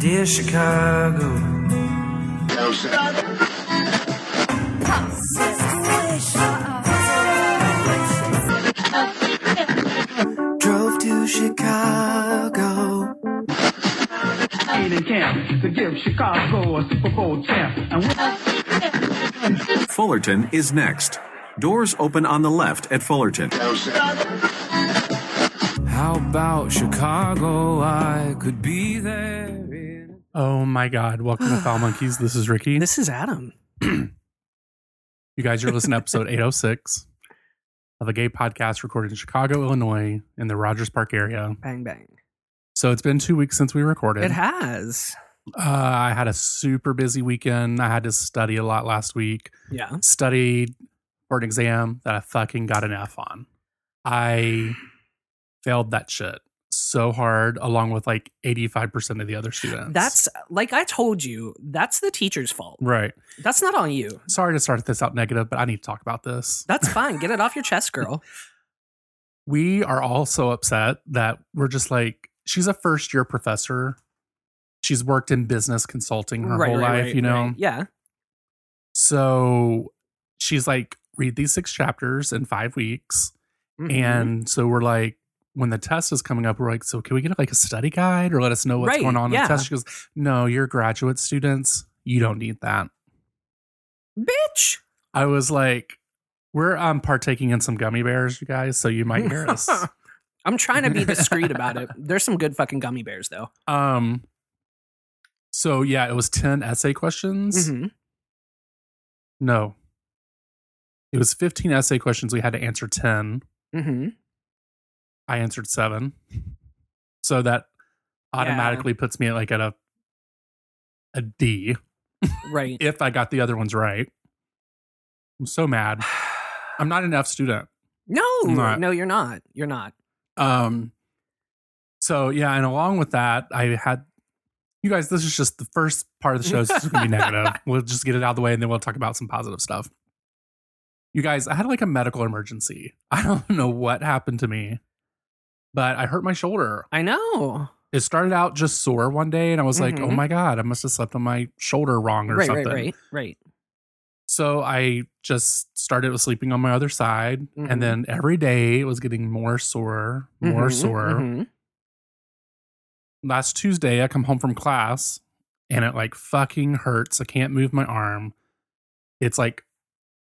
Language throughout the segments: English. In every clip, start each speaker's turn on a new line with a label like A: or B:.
A: Dear Chicago. Drove to Chicago.
B: made in camp to give Chicago a Super Bowl champ. And we
C: Fullerton is next. Doors open on the left at Fullerton.
A: How about Chicago? I could be there. In...
D: Oh my God. Welcome to Foul Monkeys. This is Ricky.
E: This is Adam.
D: You guys are listening to episode 806 of a gay podcast recorded in Chicago, Illinois, in the Rogers Park area.
E: Bang bang.
D: So it's been two weeks since we recorded.
E: It has.
D: uh, I had a super busy weekend. I had to study a lot last week.
E: Yeah.
D: Studied for an exam that I fucking got an F on. I failed that shit so hard, along with like 85% of the other students.
E: That's like I told you, that's the teacher's fault.
D: right.
E: That's not on you.
D: Sorry to start this out negative, but I need to talk about this.
E: That's fine. Get it off your chest, girl.
D: we are all so upset that we're just like she's a first year professor she's worked in business consulting her
E: Right,
D: whole
E: right,
D: life
E: right,
D: you know
E: right. Yeah.
D: so she's like read these six chapters in five weeks
E: Mhm.
D: and so we're like when the test is coming up we're like so can we get like a study guide or let us know what's
E: Right,
D: going on in
E: yeah.
D: the test she goes no you're graduate students you don't need that
E: bitch.
D: i was like we're um partaking in some gummy bears you guys so you might hear us
E: I'm trying to be discreet about it. There's some good fucking gummy bears though.
D: Um. So yeah, it was ten essay questions.
F: Mm-hmm.
E: Mhm.
D: No, it was fifteen essay questions. We had to answer ten.
E: Mhm.
D: I answered seven, so that automatically puts me at like at a a D
E: Right.
D: if I got the other ones right. I'm so mad. I'm not an F student.
E: No.
D: Not-
E: No, you're not. You're not.
D: Um. So yeah, and along with that, I had you guys. This is just the first part of the show. So it's going to be negative. We'll just get it out of the way, and then we'll talk about some positive stuff. You guys, I had like a medical emergency. I don't know what happened to me, but I hurt my shoulder.
E: I know.
D: It started out just sore one day, and I was like, "Oh
E: Mhm.
D: my god, I must have slept on my shoulder wrong or
E: Right,
D: something."
E: right, right, right.
D: So I just started with sleeping on my other side,
E: Mhm.
D: and then every day it was getting more sore, more
E: Mhm,
D: sore
E: mhm.
D: last Tuesday, I come home from class and it like fucking hurts. I can't move my arm. It's like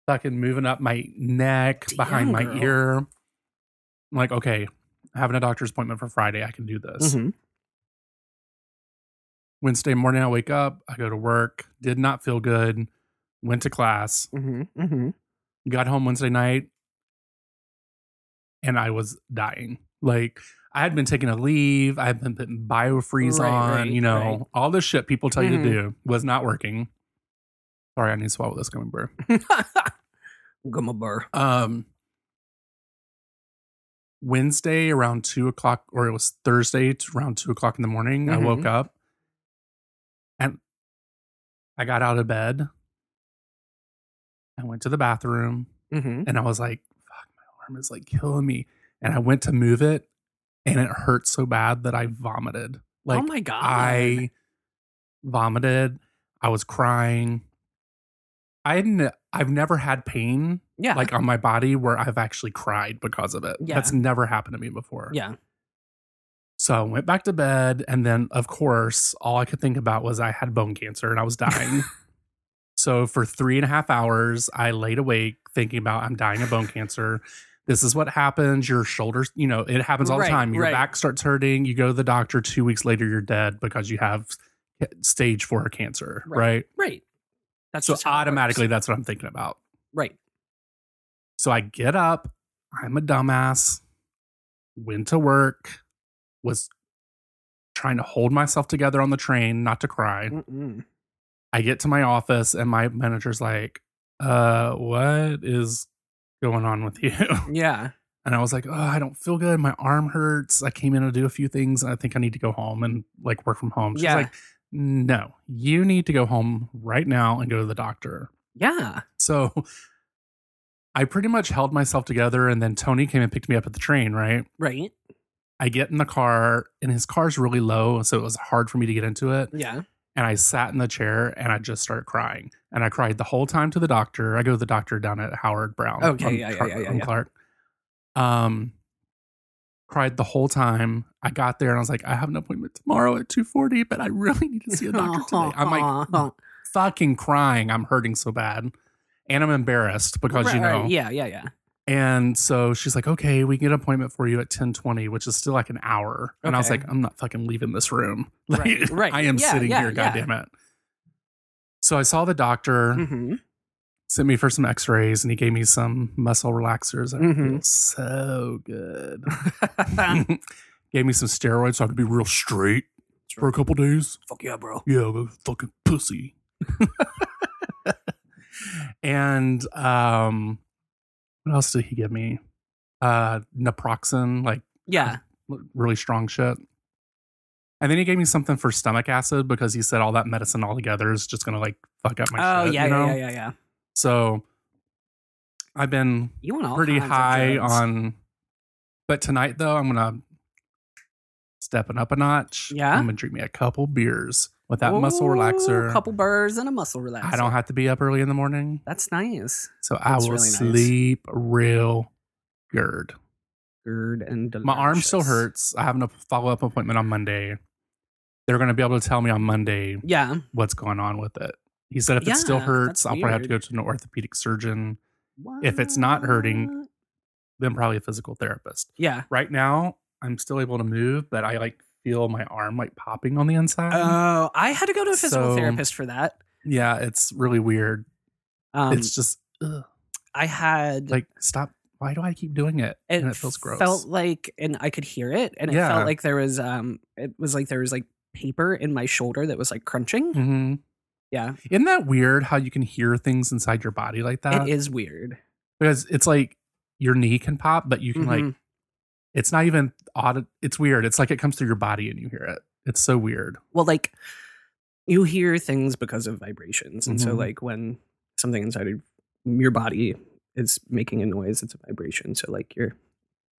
D: fucking moving up my neck,
E: Damn,
D: behind my
E: girl.
D: ear. I'm like, okay, having a doctor's appointment for Friday. I can do this.
E: Mhm.
D: Wednesday morning, I wake up, I go to work, did not feel good, went to class,
E: Mhm. Mhm.
D: got home Wednesday night, and I was dying. Like, I had been taking a leave. I had been putting biofreeze
E: Right,
D: on,
E: right,
D: you know,
E: right.
D: all this shit people tell
E: Mhm.
D: you to do was not working. Sorry, I need to swallow this coming burr.
E: Gummy bear.
D: Um, Wednesday around two o'clock, or it was Thursday t- around two o'clock in the morning,
E: Mm-hmm.
D: I woke up and I got out of bed. I went to the bathroom
E: Mhm.
D: and I was like, fuck, my arm is like killing me. And I went to move it and it hurt so bad that I vomited. Like,
E: oh my god.
D: I vomited. I was crying. I hadn't, I've never had pain
E: yeah.
D: like on my body where I've actually cried because of it.
E: Yeah.
D: That's never happened to me before.
E: yeah.
D: So I went back to bed. And then, of course, all I could think about was I had bone cancer and I was dying. so for three and a half hours, I laid awake thinking about I'm dying of bone cancer. This is what happens. Your shoulders, you know, it happens all
E: Right,
D: the time. Your
E: right.
D: back starts hurting. You go to the doctor. Two weeks later, you're dead because you have eh, stage four cancer,
E: Right.
D: right?
E: Right. That's
D: So
E: just how it works.
D: automatically, that's what I'm thinking about.
E: Right.
D: So I get up. I'm a dumbass. Went to work. Was trying to hold myself together on the train, not to cry.
E: Mm-mm.
D: I get to my office and my manager's like, uh, what is going on with you?
E: Yeah.
D: And I was like, oh, I don't feel good. My arm hurts. I came in to do a few things and I think I need to go home and like work from home. She's
E: Yeah.
D: like, no, you need to go home right now and go to the doctor.
E: Yeah.
D: So I pretty much held myself together. And then Tony came and picked me up at the train, right?
E: Right.
D: I get in the car, and his car's really low, so it was hard for me to get into it.
E: Yeah.
D: And I sat in the chair and I just started crying. And I cried the whole time to the doctor. I go to the doctor down at Howard Brown.
E: Okay,
D: on
E: yeah, yeah,
D: Clark-
E: yeah, yeah,
D: on
E: yeah.
D: Clark. Um, cried the whole time. I got there and I was like, I have an appointment tomorrow at two forty, but I really need to see a doctor
E: Uh-huh,
D: today. I'm like fucking crying. I'm hurting so bad, and I'm embarrassed because you
E: Right,
D: know.
E: right. Yeah, yeah, yeah.
D: And so she's like, okay, we can get an appointment for you at 1020, which is still like an hour. And I was
E: Okay.
D: like, I'm not fucking leaving this room. Like,
E: Right, right.
D: I am
E: Yeah,
D: sitting
E: yeah,
D: here,
E: yeah.
D: goddammit. So I saw the doctor,
E: Mm-hmm.
D: sent me for some x-rays, and he gave me some muscle relaxers. And I
E: Mhm.
D: feel so good.
E: Mm-hmm.
D: gave me some steroids so I could be real straight for a couple days.
E: Fuck yeah, bro.
D: Yeah, I'm a fucking pussy. and um, what else did he give me? Uh, naproxen, like
E: Yeah.
D: really strong shit. And then he gave me something for stomach acid because he said all that medicine all together is just gonna like fuck up my
E: Oh
D: shit.
E: yeah,
D: you know?
E: yeah, yeah, yeah, yeah.
D: So I've been
E: You want all
D: pretty
E: kinds of
D: high
E: drugs.
D: on. But tonight though, I'm gonna step it up a notch.
E: Yeah?
D: I'm gonna drink me a couple beers with that muscle
E: Ooh,
D: relaxer.
E: A couple burrs and a muscle relaxer.
D: I don't have to be up early in the morning,
E: That's nice.
D: so I
E: That's
D: will
E: really nice.
D: sleep real good.
E: Good and delicious.
D: My arm still hurts. I have a follow up appointment on Monday. They're going to be able to tell me on Monday
E: Yeah.
D: what's going on with it. He said if it still
E: Yeah,
D: hurts,
E: that's
D: I'll probably have to go
E: weird.
D: to an orthopedic surgeon, If it's not hurting-
E: What?
D: then probably a physical therapist.
E: Yeah.
D: Right now, I'm still able to move, but I like feel my arm like popping on the inside.
E: Oh, I had to go to a physical
D: Um, So-
E: therapist for that.
D: yeah, it's really weird.
E: Um,
D: it's just ugh,
E: I had
D: like stop. Why do I keep doing it? and it feels gross.
E: Felt like, and I could hear it, and it
D: Yeah.
E: felt like there was um, it was like there was like paper in my shoulder that was like crunching.
D: hmm
E: Yeah,
D: Isn't that weird how you can hear things inside your body like
E: it
D: that?
E: is weird.
D: because it's like your knee can pop, but you can like
E: Mhm.
D: it's not even odd. It's weird. It's like it comes through your body and you hear it. It's so weird.
E: well, like you hear things because of vibrations, and so
D: Mhm.
E: like when something inside of your body is making a noise, it's a vibration. So like your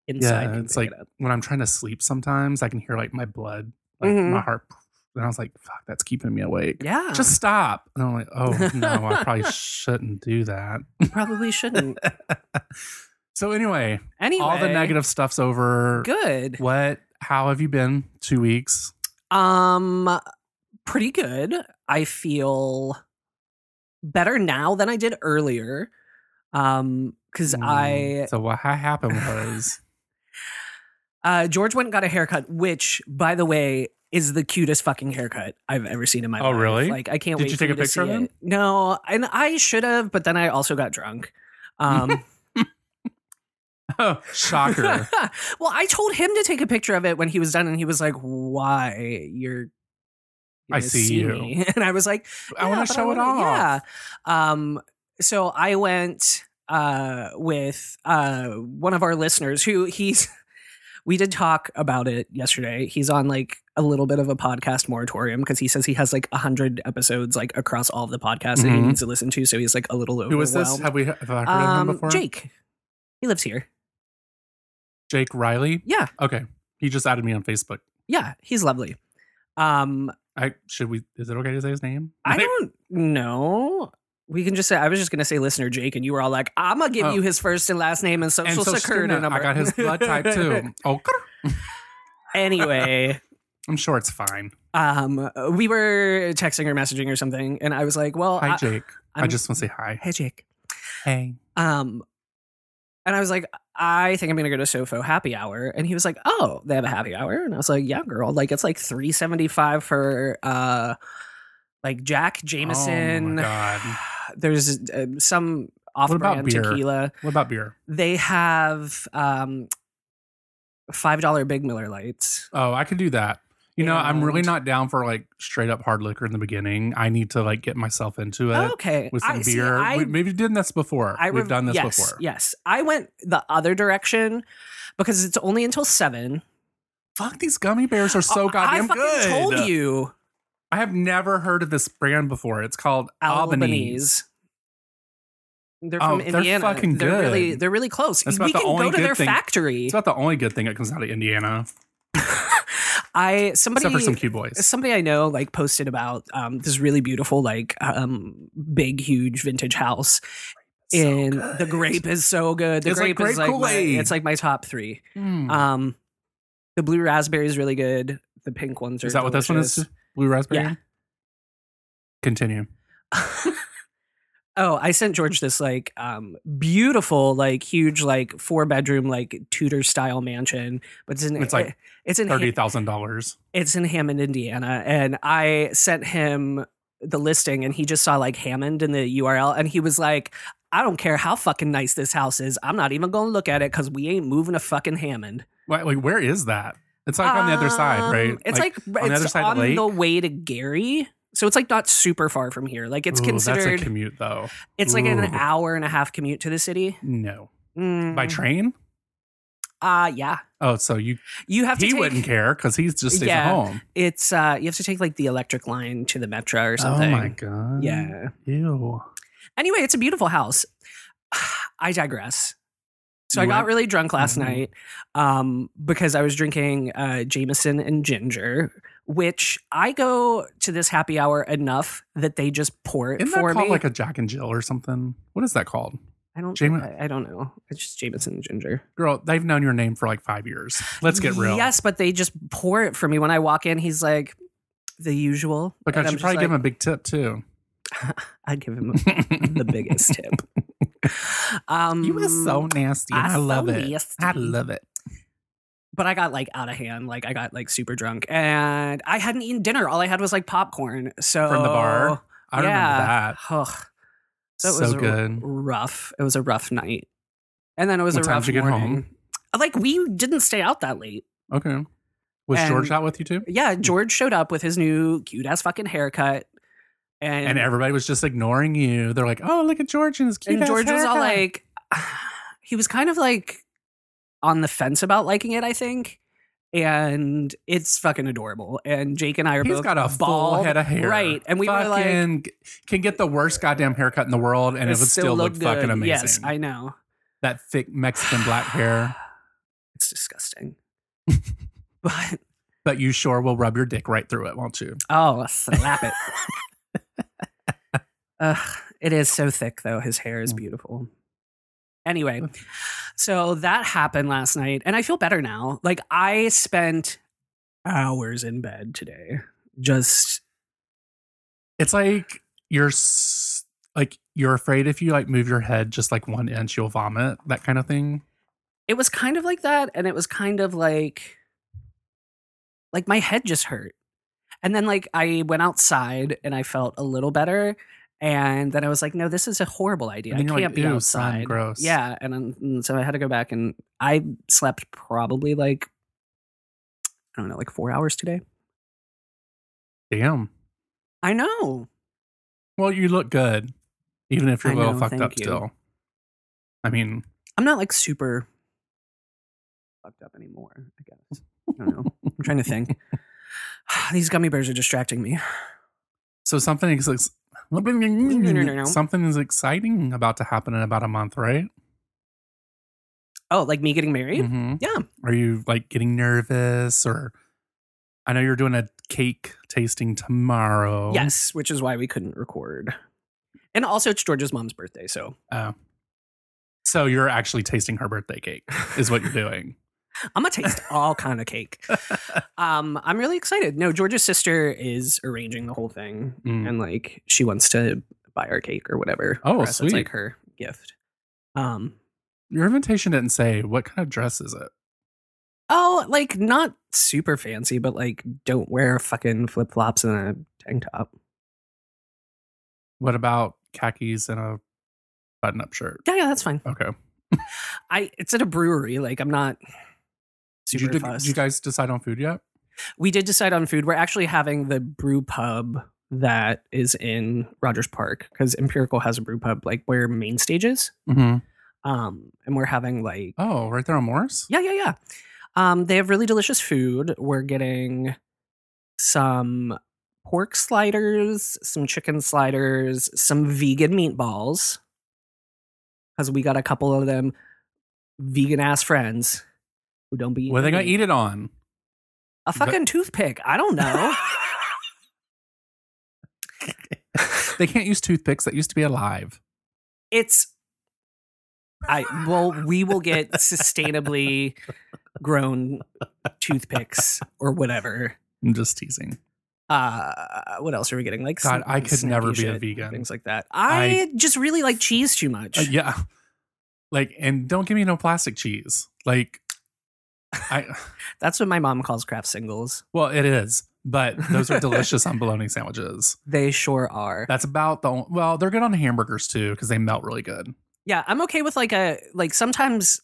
E: inside,
D: Yeah,
E: can
D: it's
E: pick
D: like
E: it up.
D: when I'm trying to sleep, sometimes I can hear like my blood, like
E: Mhm.
D: my heart. And I was like, "Fuck, that's keeping me awake."
E: yeah,
D: Just stop. And I'm like, "Oh no, I probably shouldn't do that."
E: probably shouldn't.
D: so anyway,
E: Anyway,
D: all the negative stuff's over.
E: Good.
D: What? How have you been? Two weeks.
E: Um, pretty good. I feel better now than I did earlier. Um, because I
D: Mm. So what ha- happened was
E: uh George went and got a haircut, which, by the way, is the cutest fucking haircut I've ever seen in my
D: Oh,
E: life.
D: really?
E: Like I can't
D: Did
E: wait.
D: you
E: for
D: take a
E: to
D: picture of
E: see
D: him?
E: it. No, and I should have, but then I also got drunk. Um,
D: oh, shocker.
E: well, I told him to take a picture of it when he was done, and he was like, "Why you're."
D: I
E: gonna
D: see you.
E: me." And I was like,
D: I
E: Yeah,
D: want to
E: but
D: show it
E: wanna-
D: off.
E: Yeah. Um, so I went uh, with uh, one of our listeners who he's. We did talk about it yesterday. He's on like a little bit of a podcast moratorium because he says he has like hundred episodes like across all of the podcasts that he
D: Mhm.
E: needs to listen to. So he's like a little overwhelmed.
D: Who is this? Have we have I heard of him
E: Um,
D: before?
E: Jake. He lives here.
D: Jake Riley.
E: Yeah,
D: Okay, he just added me on Facebook.
E: yeah. He's lovely. Um,
D: I should we? Is it okay to say his name?
E: I don't know. We can just say I was just gonna say listener Jake, and you were all like, "I'm gonna give
D: Oh.
E: you his first and last name and social
D: And so
E: security
D: Stina,
E: number."
D: I got his blood type too. Oh,
E: anyway,
D: I'm sure it's fine.
E: um, we were texting or messaging or something, and I was like, "Well,
D: Hi,
E: I-
D: Jake. i
E: I'm-
D: just want to say hi.
E: hey Jake."
D: Hey.
E: Um, and I was like, "I think I'm gonna go to Sofo Happy Hour," and he was like, "Oh, they have a happy hour," and I was like, "Yeah, girl, like it's like 375 for uh, like Jack
D: Oh
E: Jameson.
D: my god.
E: There's uh, some." Off
D: about
E: brand
D: beer?
E: tequila.
D: What about beer?
E: they have um five dollar big miller lights
D: Oh, I could do that. You know, I'm really
E: And-
D: not down for like straight up hard liquor in the beginning. I need to like get myself into it
E: okay
D: with some
E: I-
D: beer.
E: see, I-
D: we, maybe did this before.
E: I
D: We've
E: rev-
D: done this
E: yes,
D: before.
E: yes i went the other direction because it's only until seven
D: Fuck, these gummy bears are so
E: Oh,
D: goddamn
E: i fucking
D: good.
E: told you
D: I have never heard of this brand before. It's called Albanese.
E: albanese they're
D: Oh,
E: from
D: they're
E: Indiana.
D: fucking
E: They're really,
D: good.
E: they're really close.
D: That's
E: we
D: about the
E: can
D: only
E: go to
D: good
E: their
D: thing-
E: factory.
D: It's about the only good thing that comes out of Indiana.
E: I somebody
D: except for some cute boys.
E: somebody I know like posted about um, this really beautiful like um, big huge vintage house. and the grape is so good. The
D: It's like
E: grape is
D: grape
E: like my,
D: Kool-Aid.
E: it's like my top three.
D: Hmm.
E: Um, the blue raspberry is really good. The pink ones are.
D: is that what this one is?
E: delicious.
D: Blue raspberry.
E: Yeah.
D: Continue.
E: oh, I sent George this like um beautiful, like huge, like four bedroom, like Tudor style mansion. But it's in
D: It's like
E: it's in
D: Thirty thousand dollars.
E: it's in Hammond, Indiana, and I sent him the listing, and he just saw like Hammond in the URL, and he was like, "I don't care how fucking nice this house is. I'm not even gonna look at it because we ain't moving to fucking Hammond."
D: Like, like, where is that? It's like on the other side,
E: Um,
D: right?
E: It's like,
D: on
E: it's
D: the other side of
E: on
D: the lake.
E: the way to Gary. So it's like not super far from here. Like it's
D: Ooh,
E: considered,
D: that's a commute though.
E: it's like an
D: Ooh.
E: hour and a half commute to the city.
D: No,
E: Mm,
D: by train.
E: Uh, yeah.
D: Oh, so you
E: You have to
D: he
E: take,
D: wouldn't care because he's just stays
E: Yeah.
D: at home.
E: It's, uh, you have to take like the electric line to the metro or
D: Oh
E: something.
D: my god.
E: Yeah.
D: Ew.
E: Anyway, it's a beautiful house. I digress. So
D: You
E: I got
D: went-
E: really drunk last
D: Mhm.
E: night um, because I was drinking uh, Jameson and ginger, which I go to this happy hour enough that they just pour it
D: Isn't that
E: for
D: called
E: me.
D: like a Jack and Jill or something? What is that called?
E: I don't.
D: Jame-
E: I, I don't know. It's just Jameson and ginger.
D: Girl, they've known your name for like five years. Let's get real.
E: Yes, but they just pour it for me when I walk in. He's like the usual.
D: Because
E: And I'm
D: you
E: just
D: probably
E: like,
D: give him a big tip too.
E: I give him the biggest tip. Um,
D: you are so nasty.
E: I'm
D: I love
E: so
D: it. I
E: nasty.
D: love it.
E: but I got like out of hand. Like I got like super drunk and I hadn't eaten dinner. All I had was like popcorn. So
D: From the bar. I
E: yeah.
D: remember that.
E: Ugh. So, it was
D: So good.
E: rough. It was a rough night. And then it was
D: What
E: a
D: time
E: rough
D: did you get
E: morning.
D: home?
E: Like we didn't stay out that late.
D: Okay. Was
E: And-
D: George out with you too?
E: Yeah, George showed up with his new cute ass fucking haircut. And,
D: And everybody was just ignoring you. They're like, "Oh, look at George and his cute."
E: and
D: ass
E: George was all
D: haircut."
E: like, he was kind of like on the fence about liking it, I think. And it's fucking adorable. And Jake and I are
D: He's
E: both
D: got a full
E: bald.
D: head of hair.
E: right? And we were like,
D: Fucking g- can get the worst goddamn haircut in the world and it, would still, look,
E: good.
D: fucking amazing.
E: Yes, I know.
D: that thick Mexican black hair.
E: It's disgusting. but
D: But you sure will rub your dick right through it, won't you?
E: oh, slap it. Ugh, it is so thick though. His hair is beautiful. Anyway, so that happened last night and I feel better now. Like I spent hours in bed today. Just
D: It's like you're s- like you're afraid if you like move your head just like one inch, you'll vomit. That kind of thing.
E: it was kind of like that and it was kind of like like my head just hurt and then like i went outside and i felt a little better and then i was like no this is a horrible idea
D: And
E: i
D: then
E: can't
D: you're like,
E: be
D: "Ew, sun,
E: outside
D: gross.
E: yeah and, then- and so i had to go back and i slept probably like i don't know like four hours today
D: Damn.
E: i know
D: Well, you look good, even if you're
E: I
D: a little
E: know,
D: fucked
E: thank
D: up
E: you.
D: still. I mean,
E: i'm not like super fucked up anymore i guess i don't know i'm trying to think these gummy bears are distracting me
D: so something is ex-
E: no, no.
D: something is exciting about to happen in about a month, right?
E: oh like me getting married
D: Mhm.
E: Yeah.
D: Are you like getting nervous or I know you're doing a cake tasting tomorrow.
E: Yes, which is why we couldn't record. And also, it's George's mom's birthday, so
D: Oh. So you're actually tasting her birthday cake is what you're doing.
E: I'm gonna taste all kind of cake. Um, I'm really excited. No, George's sister is arranging the whole thing,
D: Mm.
E: and like she wants to buy our cake or whatever.
D: Oh,
E: for us. It's
D: sweet.
E: like her gift. Um,
D: Your invitation didn't say what kind of dress is it?
E: oh, like not super fancy, but like don't wear fucking flip flops and a tank top.
D: What about khakis and a button up shirt?
E: Yeah, yeah, that's fine.
D: Okay.
E: I it's at a brewery. Like I'm not.
D: Did
E: Super
D: you, did,
E: fussed.
D: you guys decide on food yet?
E: we did decide on food. We're actually having the brew pub that is in Rogers Park because Empirical has a brew pub like where main stage is.
D: Mm-hmm.
E: Um, and we're having like
D: Oh, right there on Morris?
E: yeah, yeah, yeah. Um, they have really delicious food. We're getting some pork sliders, some chicken sliders, some vegan meatballs because we got a couple of them vegan ass friends who don't be
D: What are they going to
E: eating
D: eat it on?
E: A fucking toothpick. I don't know.
D: They can't use toothpicks. That used to be alive.
E: it's I well, we will get sustainably grown toothpicks or whatever.
D: I'm just teasing.
E: Uh what else are we getting? Like some
D: God, I could
E: snacky
D: never be a
E: shit,
D: vegan.
E: Things like that. I, just really like cheese too much.
D: Uh, yeah. Like, and don't give me no plastic cheese. Like, I,
E: That's what my mom calls craft singles.
D: well, it is, but those are delicious on bologna sandwiches.
E: They sure are.
D: That's about the, on- well, they're good on hamburgers too, because they melt really good.
E: Yeah, I'm okay with like a like sometimes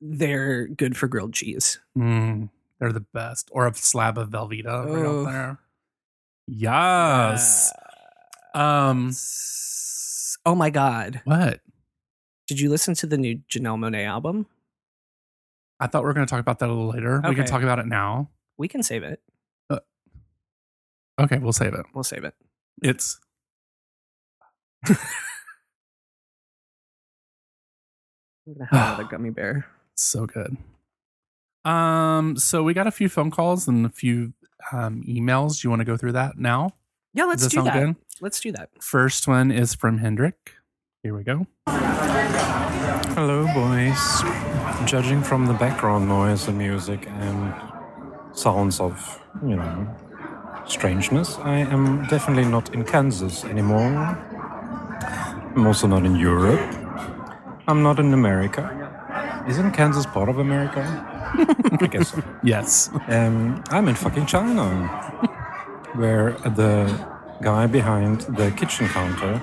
E: they're good for grilled cheese.
D: Mm, they're the best. Or a slab of Velveeta right
E: Oh.
D: up there. Uh,
E: Uh,
D: Yes. um,
E: S- Oh my god.
D: what?
E: Did you listen to the new Janelle Monet album?
D: I thought we were going to talk about that a little later. We can
E: Okay.
D: talk about it now.
E: We can save it.
D: Okay, we'll save it.
E: We'll save it.
D: It's
E: I'm gonna have another gummy bear.
D: so good. Um, so we got a few phone calls and a few um, emails. Do you want to go through that now?
E: Yeah, let's
D: Does that
E: do
D: sound
E: that.
D: good?
E: Let's do that.
D: First one is from Hendrik. Here we go.
F: Hello, boys. Judging from the background noise, the music, and sounds of, you know, strangeness, I am definitely not in Kansas anymore. I'm also not in Europe. I'm not in America. Isn't Kansas part of America? I guess so.
D: Yes.
F: Um, I'm in fucking China, where the guy behind the kitchen counter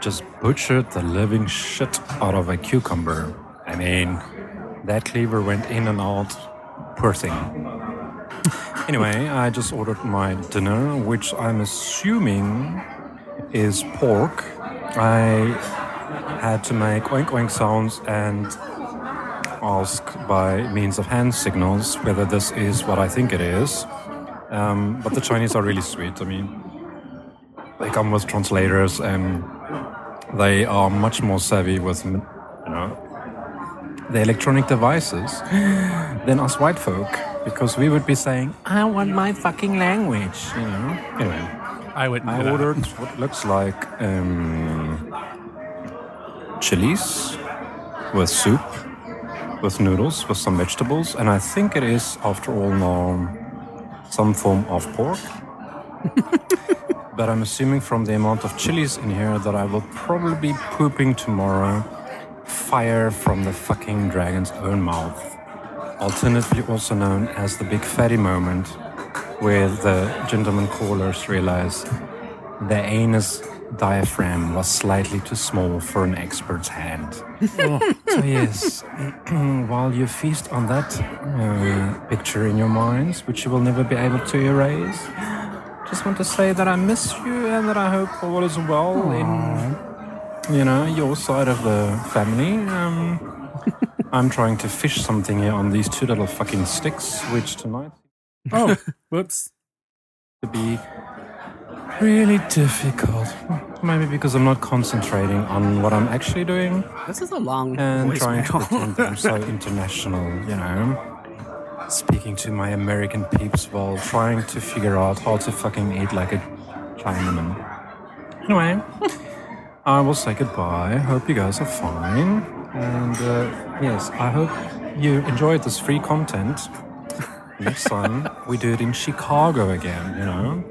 F: just butchered the living shit out of a cucumber. I mean, that cleaver went in and out, poor thing. Anyway, I just ordered my dinner, which I'm assuming is pork. I had to make oink oink sounds and ask by means of hand signals whether this is what I think it is. Um, but the Chinese are really sweet. I mean, they come with translators and they are much more savvy with, you know, the electronic devices than us white folk because we would be saying, I want my fucking language, you know. Anyway.
D: I wouldn't. do
F: I
D: that.
F: ordered what looks like um, chilies with soup, with noodles, with some vegetables, and I think it is, after all, now some form of pork. but I'm assuming from the amount of chilies in here that I will probably be pooping tomorrow fire from the fucking dragon's own mouth. Alternatively, also known as the big fatty moment, where the gentleman callers realize their anus diaphragm was slightly too small for an expert's hand. So, yes, while you feast on that uh, picture in your minds, which you will never be able to erase, just want to say that I miss you and that I hope all is well in, you know, your side of the family. Um, I'm trying to fish something here on these two little fucking sticks, which tonight
D: Oh, whoops.
F: to be really difficult. Maybe because I'm not concentrating on what I'm actually doing
E: This is a long
F: and trying to
E: voicemail.
F: pretend that I'm so international, you know. Speaking to my American peeps while trying to figure out how to fucking eat like a Chinaman. Anyway, I will say goodbye. Hope you guys are fine. And uh, yes, I hope you enjoyed this free content. Next time, we do it in Chicago again, you know?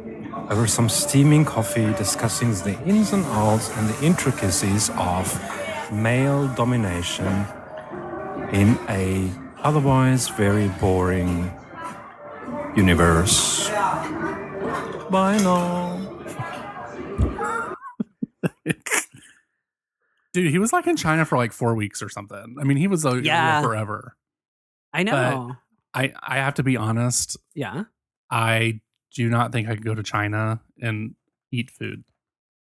F: Over some steaming coffee, discussing the ins and outs and the intricacies of male domination in a otherwise very boring universe. Bye now.
D: Dude, he was like in China for like four weeks or something. I mean, he was like
E: Yeah.
D: forever.
E: I know.
D: I, I have to be honest.
E: yeah.
D: I do not think I could go to China and eat food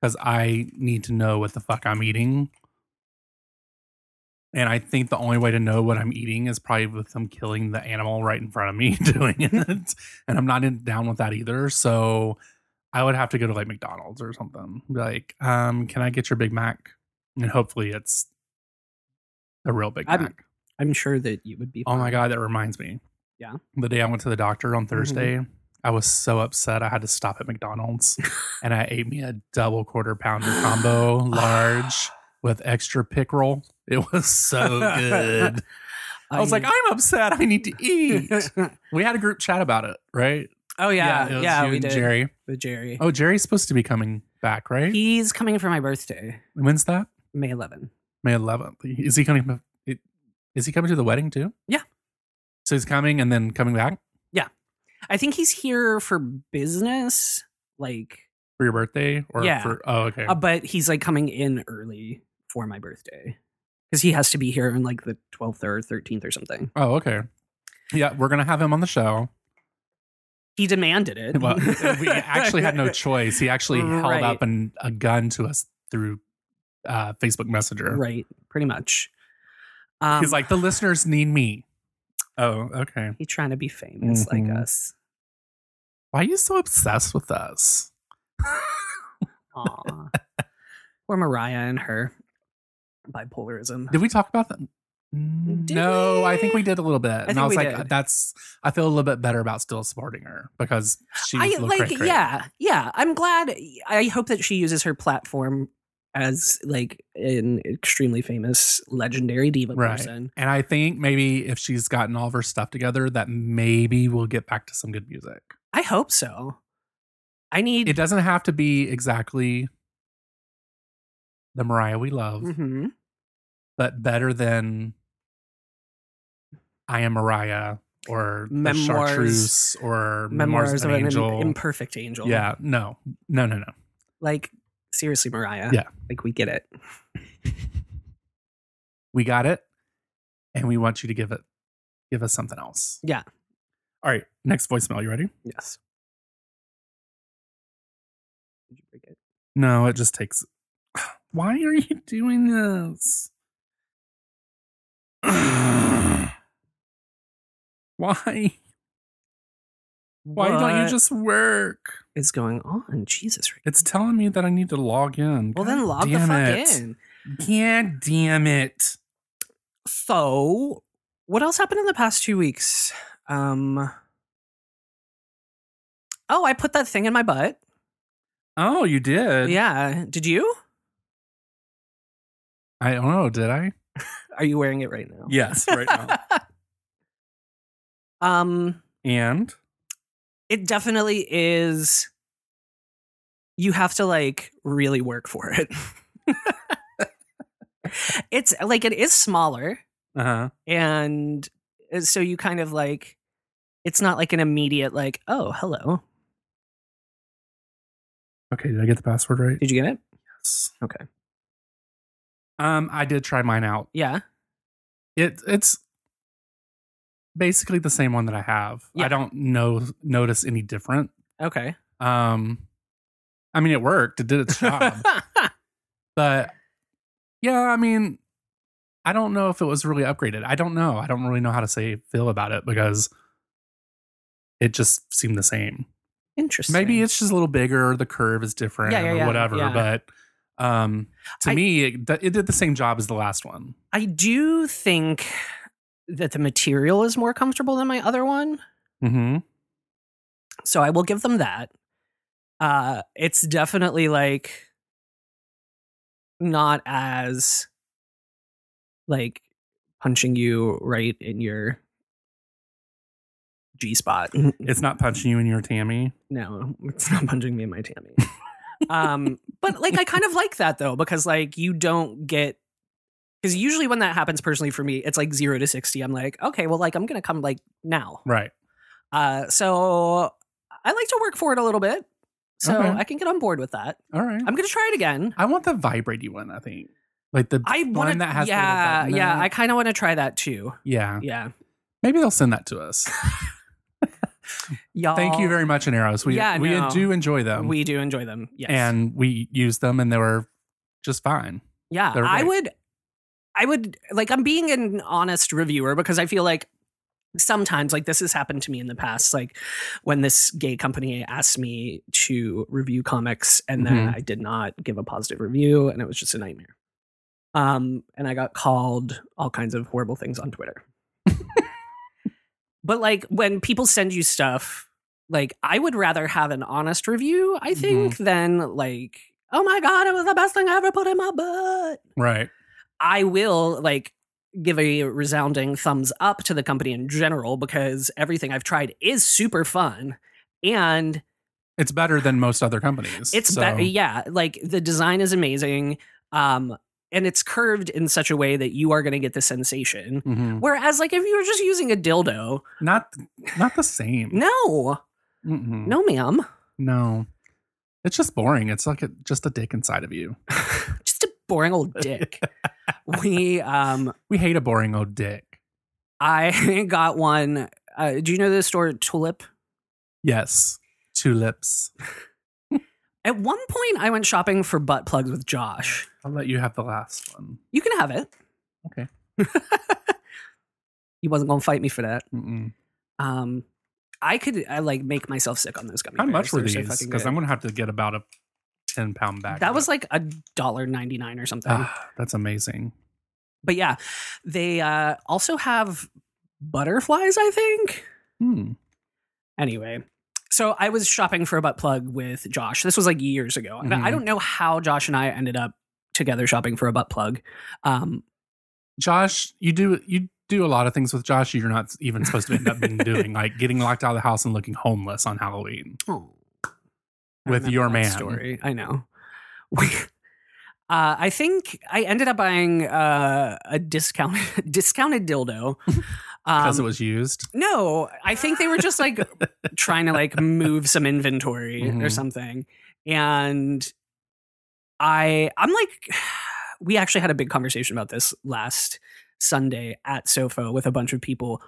D: because I need to know what the fuck I'm eating. And I think the only way to know what I'm eating is probably with them killing the animal right in front of me doing it. And I'm not in, down with that either. So I would have to go to like McDonald's or something. Be Like, um, can I get your Big Mac? And hopefully it's a real Big
E: I'm-
D: Mac.
E: I'm sure that you would be.
D: Oh my
E: fine.
D: God, that reminds me.
E: Yeah. Mm-hmm.
D: The day I went to the doctor on Thursday, I was so upset I had to stop at McDonald's and I ate me a double quarter pounder combo, large with extra pick roll. It was so good. I was like, I'm upset. I need to eat. we had a group chat about it, right?
E: oh yeah,
D: it
E: yeah,
D: was you
E: we
D: and
E: did.
D: Jerry.
E: With Jerry.
D: Oh, Jerry's supposed to be coming back, right?
E: He's coming for my birthday,
D: When's that?
E: May 11.
D: May 11th. Is he coming? it- Is he coming to the wedding too?
E: Yeah.
D: So he's coming and then coming back
E: I think he's here for business, like,
D: for your birthday, or
E: Yeah.
D: for oh okay.
E: uh, but he's like coming in early for my birthday because he has to be here on like the 12th or 13th or something.
D: Oh, okay. Yeah, we're gonna have him on the show.
E: He demanded it.
D: Well, we actually had no choice. He actually held
E: Right.
D: up an, a gun to us through uh, Facebook Messenger.
E: right, pretty much. Um,
D: He's like, the listeners need me. Oh, okay.
E: he's trying to be famous like
D: Mm-hmm.
F: Mhm.
E: us.
D: Why are you so obsessed with us?
E: Aw. Poor Mariah and her bipolarism.
D: Did we talk about that?
E: Did
D: no, I think
E: we?
D: we did a little bit. and
E: think
D: I was
E: we
D: like,
E: did.
D: that's. I feel a little bit better about still supporting her because she. Was
E: I
D: a little
E: like,
D: cray-cray.
E: yeah, yeah. I'm glad. I hope that she uses her platform as like an extremely famous, legendary diva
D: Right.
E: person.
D: And I think maybe if she's gotten all of her stuff together, that maybe we'll get back to some good music.
E: I hope so. I need.
D: it doesn't have to be exactly the Mariah we love,
E: Mhm.
D: but better than I am Mariah or
E: Memoirs-
D: the Chartreuse or
E: Memoirs of an Im-
D: Angel.
E: Imperfect Angel.
D: yeah, no, no, no, no.
E: Like seriously, Mariah.
D: Yeah.
E: Like we get it.
D: We got it, and we want you to give it, give us something else.
E: Yeah.
D: All right, next voicemail. You ready?
E: Yes. Did you forget?
D: No, it just takes. Why are you doing this? Why? Why don't you
E: What
D: just work?
E: is going on? Jesus. Rick.
D: It's telling me that I need to log in.
E: Well,
D: God
E: then log the
D: damn
E: fuck
D: it.
E: in.
D: God damn it.
E: So, what else happened in the past two weeks? Um, oh, I put that thing in my butt.
D: Oh, you did?
E: Yeah. Did you?
D: I don't know. Did I?
E: Are you wearing it right now?
D: Yes, right now.
E: Um,
D: and
E: it definitely is. You have to like really work for it. it's like it is smaller.
D: uh huh.
E: and uh, so you kind of like it's not like an immediate like oh hello
D: Okay, did I get the password right?
E: did you get it
D: Yes.
E: Okay.
D: Um, I did try mine out.
E: yeah
D: it it's basically the same one that I have.
E: Yeah.
D: I don't know notice any different.
E: okay
D: Um I mean it worked. It did its job. but yeah, I mean I don't know if it was really upgraded. I don't know. I don't really know how to say feel about it because it just seemed the same.
E: interesting
D: Maybe it's just a little bigger, the curve is different
E: Yeah, yeah,
D: or
E: yeah,
D: whatever,
E: yeah.
D: but um to
E: I-
D: me it, it did the same job as the last one.
E: i do think that the material is more comfortable than my other one
D: Mhm.
E: so i will give them that uh it's definitely like not as like punching you right in your g spot
D: It's not punching you in your tammy.
E: no, it's not punching me in my tammy. um, but like I kind of like that though because like you don't get because usually when that happens personally for me, it's like zero to sixty. I'm like, okay, well, like I'm gonna come like now.
D: Right.
E: Uh, so I like to work for it a little bit, so
D: Okay.
E: I can get on board with that.
D: All right.
E: I'm gonna try it again.
D: I want the vibrating one. I think like the
E: I
D: one
E: want
D: that has the little
E: yeah,
D: button in
E: yeah.
D: it.
E: I kind of want to try that too.
D: yeah.
E: Yeah,
D: Maybe they'll send that to us.
E: y'all.
D: Thank you very much, Aneros. We
E: Oh. Yeah,
D: we
E: no.
D: do enjoy them,
E: We do enjoy them. Yes,
D: and we use them, and they were just fine.
E: Yeah,
D: They're
E: I
D: right.
E: would. I would like. I'm being an honest reviewer because I feel like sometimes, like this has happened to me in the past, like when this gay company asked me to review comics and then I did not give a positive review, and it was just a nightmare. Um, and I got called all kinds of horrible things on Twitter. But like when people send you stuff, like I would rather have an honest review, I think, than like, oh my God, it was the best thing I ever put in my butt.
D: Right.
E: I will like give a resounding thumbs up to the company in general because everything I've tried is super fun. And
D: It's better than most other companies.
E: it's
D: so-
E: better, yeah. Like the design is amazing, um, and it's curved in such a way that you are going to get the sensation.
D: Mhm.
E: Whereas, like if you were just using a dildo,
D: Not not the same.
E: no,
D: Mm-mm.
E: no, ma'am,
D: No. It's just boring. It's like a, just a dick inside of you.
E: just a boring old dick. we, um,
D: We hate a boring old dick.
E: I got one. Uh, do you know the store Tulip?
D: Yes. Two lips.
E: At one point, I went shopping for butt plugs with Josh.
D: I'll let you have the last one.
E: You can have it.
D: Okay.
E: he wasn't going to fight me for that.
D: Mm-mm.
E: Um, I could I like make myself sick on those gummy
D: How
E: bears.
D: much were
E: They're so
D: these?
E: fucking
D: Because
E: good.
D: I'm going to have to get about a 10 pound bag.
E: that was like a dollar ninety nine or something.
D: Ah, that's amazing.
E: But yeah, they uh, also have butterflies. I think.
D: Hmm.
E: Anyway, so I was shopping for a butt plug with Josh. This was like years ago. And I
D: Mhm.
E: don't know how Josh and I ended up together shopping for a butt plug. Um,
D: Josh, you do you do a lot of things with Josh you're not even supposed to end up being doing, like getting locked out of the house and looking homeless on Halloween.
E: I
D: With
E: remember
D: your
E: that
D: man.
E: story. I know. We, uh, I think I ended up buying uh, a discount discounted dildo.
D: Because
E: Um,
D: it was used.
E: no, I think they were just like trying to like move some inventory or
D: Mhm.
E: something, and I I'm like, we actually had a big conversation about this last Sunday at Sofa with a bunch of people.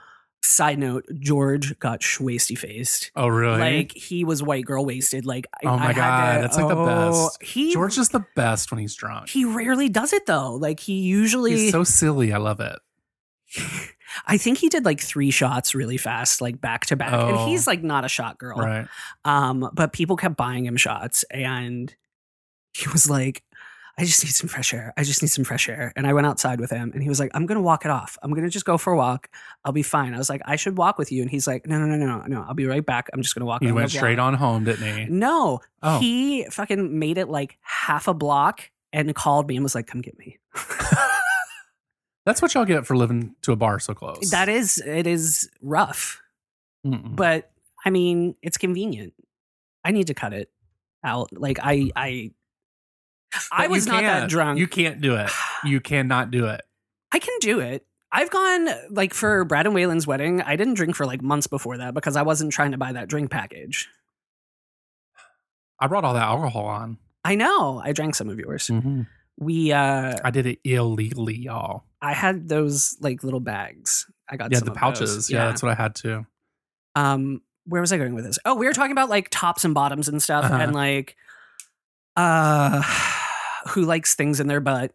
E: Side note: George got schwasty faced.
D: Oh, really?
E: Like he was white girl wasted. Like I-
D: Oh my
E: I had
D: God,
E: to-
D: that's like the
E: oh,
D: best.
E: He
D: George is the best when he's drunk.
E: he rarely does it though. Like he usually.
D: He's so silly. I love it.
E: I think he did like three shots really fast, like back to back,
D: Oh.
E: and he's like not a shot girl.
D: Right.
E: Um, but people kept buying him shots, and he was like. I just need some fresh air. I just need some fresh air. And I went outside with him and he was like, I'm going to walk it off. I'm going to just go for a walk. I'll be fine. I was like, I should walk with you. And he's like, no, no, no, no, no. I'll be right back. I'm just going to walk.
D: He
E: around
D: went
E: the block."
D: straight on home, didn't he?
E: No,
D: Oh.
E: he fucking made it like half a block and called me and was like, "Come get me."
D: That's what y'all get for living to a bar so close.
E: that is, it is rough,
D: Mm-mm.
E: but I mean, it's convenient. I need to cut it out. Like I, I, I
D: Mm. But
E: was
D: you
E: not that
D: can't.
E: drunk.
D: You can't do it. You cannot do it.
E: I can do it. I've gone like for Brad and Waylon's wedding. I didn't drink for like months before that because I wasn't trying to buy that drink package.
D: I brought all that alcohol on.
E: I know. I drank some of yours.
D: Mm.
E: We, uh
D: I did it illegally, y'all.
E: I had those like little bags. I got
D: yeah,
E: some
D: the
E: of those.
D: pouches. Yeah, that's what I had too.
E: um where was i going with this oh we were talking about like tops and bottoms and stuff
D: Uh-huh.
E: and like uh who likes things in their butt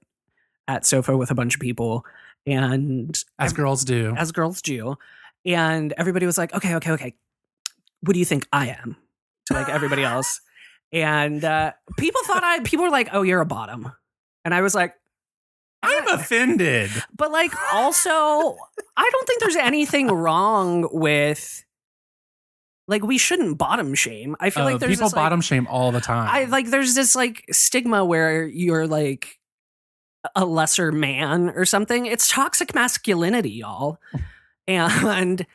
E: at sofa with a bunch of people and
D: As girls do.
E: as girls do and everybody was like okay okay okay what do you think i am to like everybody else and uh people thought i people were like oh you're a bottom and i was like
D: I'm offended.
E: but like also, I don't think there's anything wrong with like we shouldn't bottom shame. I feel
D: Uh,
E: like there's
D: people
E: this, like-
D: bottom shame all the time.
E: I like there's this like stigma where you're like a lesser man or something. It's toxic masculinity, y'all. And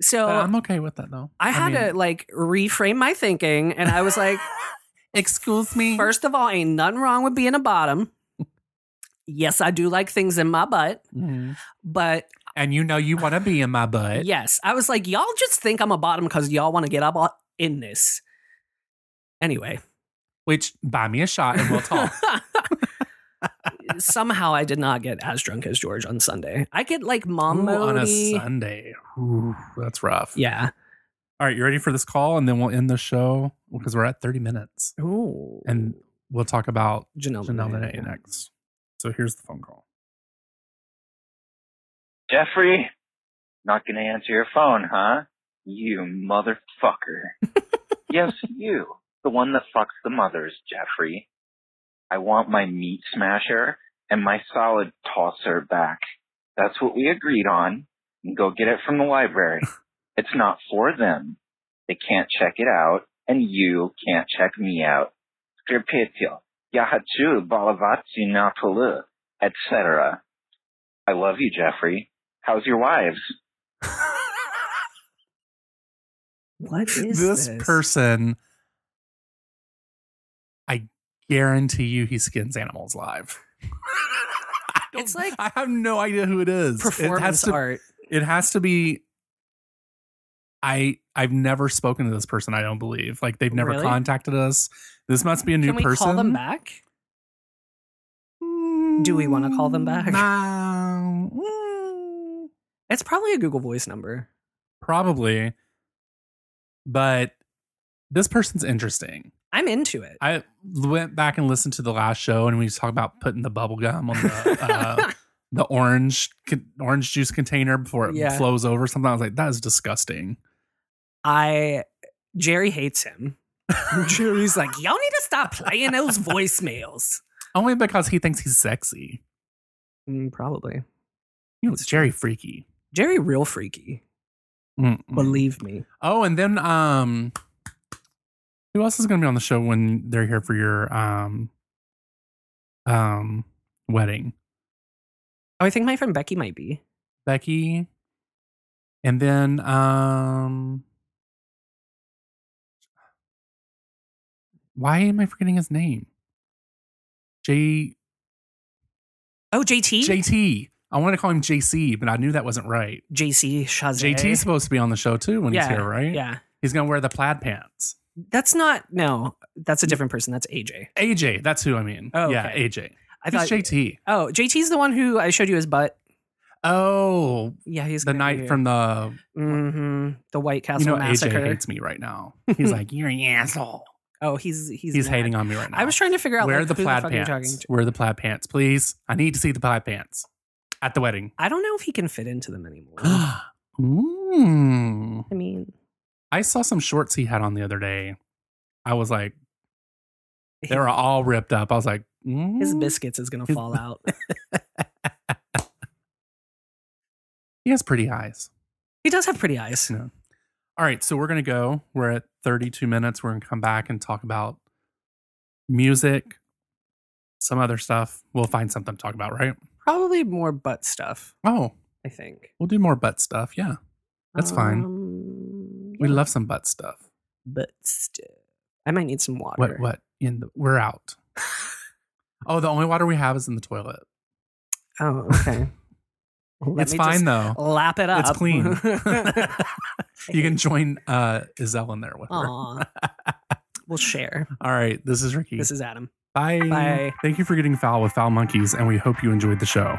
E: so
D: But I'm okay with that though.
E: uh, I had
D: mean,
E: to like reframe my thinking and I was like,
D: excuse me.
E: first of all, ain't nothing wrong with being a bottom. Yes, I do like things in my butt,
D: Mhm.
E: but
D: And you know you want to be in my butt.
E: Yes. I was like, y'all just think I'm a bottom because y'all want to get up on- in this. Anyway.
D: Which buy me a shot and we'll talk.
E: Somehow I did not get as drunk as George on Sunday. I get like mom
D: Ooh, on a
E: mode-y.
D: Sunday. Ooh, that's rough.
E: Yeah.
D: All right, you ready for this call? And then we'll end the show because we're at 30 minutes.
E: Ooh.
D: And we'll talk about
E: Janelle.
D: Janelle
E: Monáe.
D: Monáe next. So here's the phone call.
G: Jeffrey, not gonna answer your phone, huh? You motherfucker. yes, you. The one that fucks the mothers, Jeffrey. I want my meat smasher and my salad tosser back. That's what we agreed on. And go get it from the library. It's not for them. They can't check it out, and you can't check me out. Skripetil, Yahachu, Balavatsi, Natalu, etc. I love you, Jeffrey. How's your wives?
E: What is
D: This
E: this?
D: person, I guarantee you, he skins animals live. I don't-
E: It's like
D: I have no idea who it is. It has
E: performance
D: to
E: art.
D: it has to be i i've never spoken to this person i don't believe like they've never
E: Really?
D: contacted us this must be a new
E: Can we
D: person
E: call them back? Do we wanna call them back?
D: Nah. Mm,
E: It's probably a Google Voice number.
D: probably but this person's interesting
E: I'm into it.
D: i went back and listened to the last show and we talked about putting the bubble gum on the uh, the orange con- orange juice container before it
E: Yeah.
D: flows over something i was like that is disgusting
E: I Jerry hates him. Jerry's like, y'all need to stop playing those voicemails.
D: only because he thinks he's sexy
E: Mm, probably.
D: You know, it's Jerry Freaky.
E: Jerry real freaky.
D: Mm-hmm.
E: Believe me.
D: Oh, and then um, who else is going to be on the show when they're here for your um, um, wedding?
E: Oh, I think my friend Becky might be.
D: Becky, and then um, why am I forgetting his name? J
E: Oh, JT?
D: JT. I wanted to call him JC, but I knew that wasn't right.
E: JC Shazay.
D: JT's supposed to be on the show too when
E: yeah,
D: he's here, right?
E: Yeah.
D: He's going to wear the plaid pants.
E: That's not no, that's a different person. That's AJ.
D: AJ, that's who I mean.
E: Oh,
D: yeah,
E: okay.
D: AJ.
E: I
D: Who's
E: thought
D: JT?
E: Oh, JT's the one who I showed you his butt.
D: Oh,
E: Yeah, he's
D: the night from the
E: hmm the White Castle
D: you know
E: massacre.
D: AJ hates me right now. He's like, you're an asshole.
E: oh, he's he's
D: He's,
E: mad.
D: hating on me right now.
E: I was trying to figure out
D: Wear
E: like,
D: the
E: who
D: plaid
E: fuck you're talking
D: pants.
E: to.
D: Wear the plaid pants, please. I need to see the plaid pants at the wedding.
E: I don't know if he can fit into them anymore. I
D: mm.
E: mean,
D: I saw some shorts he had on the other day. I was like, they
E: His-
D: were all ripped up. I was like,
E: his
D: mm.
E: biscuits is gonna
D: His-
E: fall out.
D: He has pretty eyes.
E: he does have pretty eyes.
D: No. All right, so we're gonna go. We're at 32 minutes. We're gonna come back and talk about music, some other stuff. We'll find something to talk about, right?
E: Probably more butt stuff.
D: Oh,
E: I think
D: we'll do more butt stuff. Yeah, that's fine.
E: Um,
D: We
E: yeah,
D: love some butt stuff.
E: butt stuff. I might need some water.
D: What? What? In the, we're out. oh, the only water we have is in the toilet.
E: Oh, okay. Let
D: it's
E: me
D: fine
E: just
D: though.
E: Lap it up.
D: It's clean. you can join uh, Izelle in there with her.
E: Aw. we'll share.
D: All right, this is Ricky.
E: This is Adam.
D: Bye.
E: Bye.
D: Thank you for getting foul with Foul Monkeys, and we hope you enjoyed the show.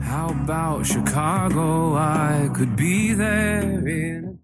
A: How about Chicago? I could be there in a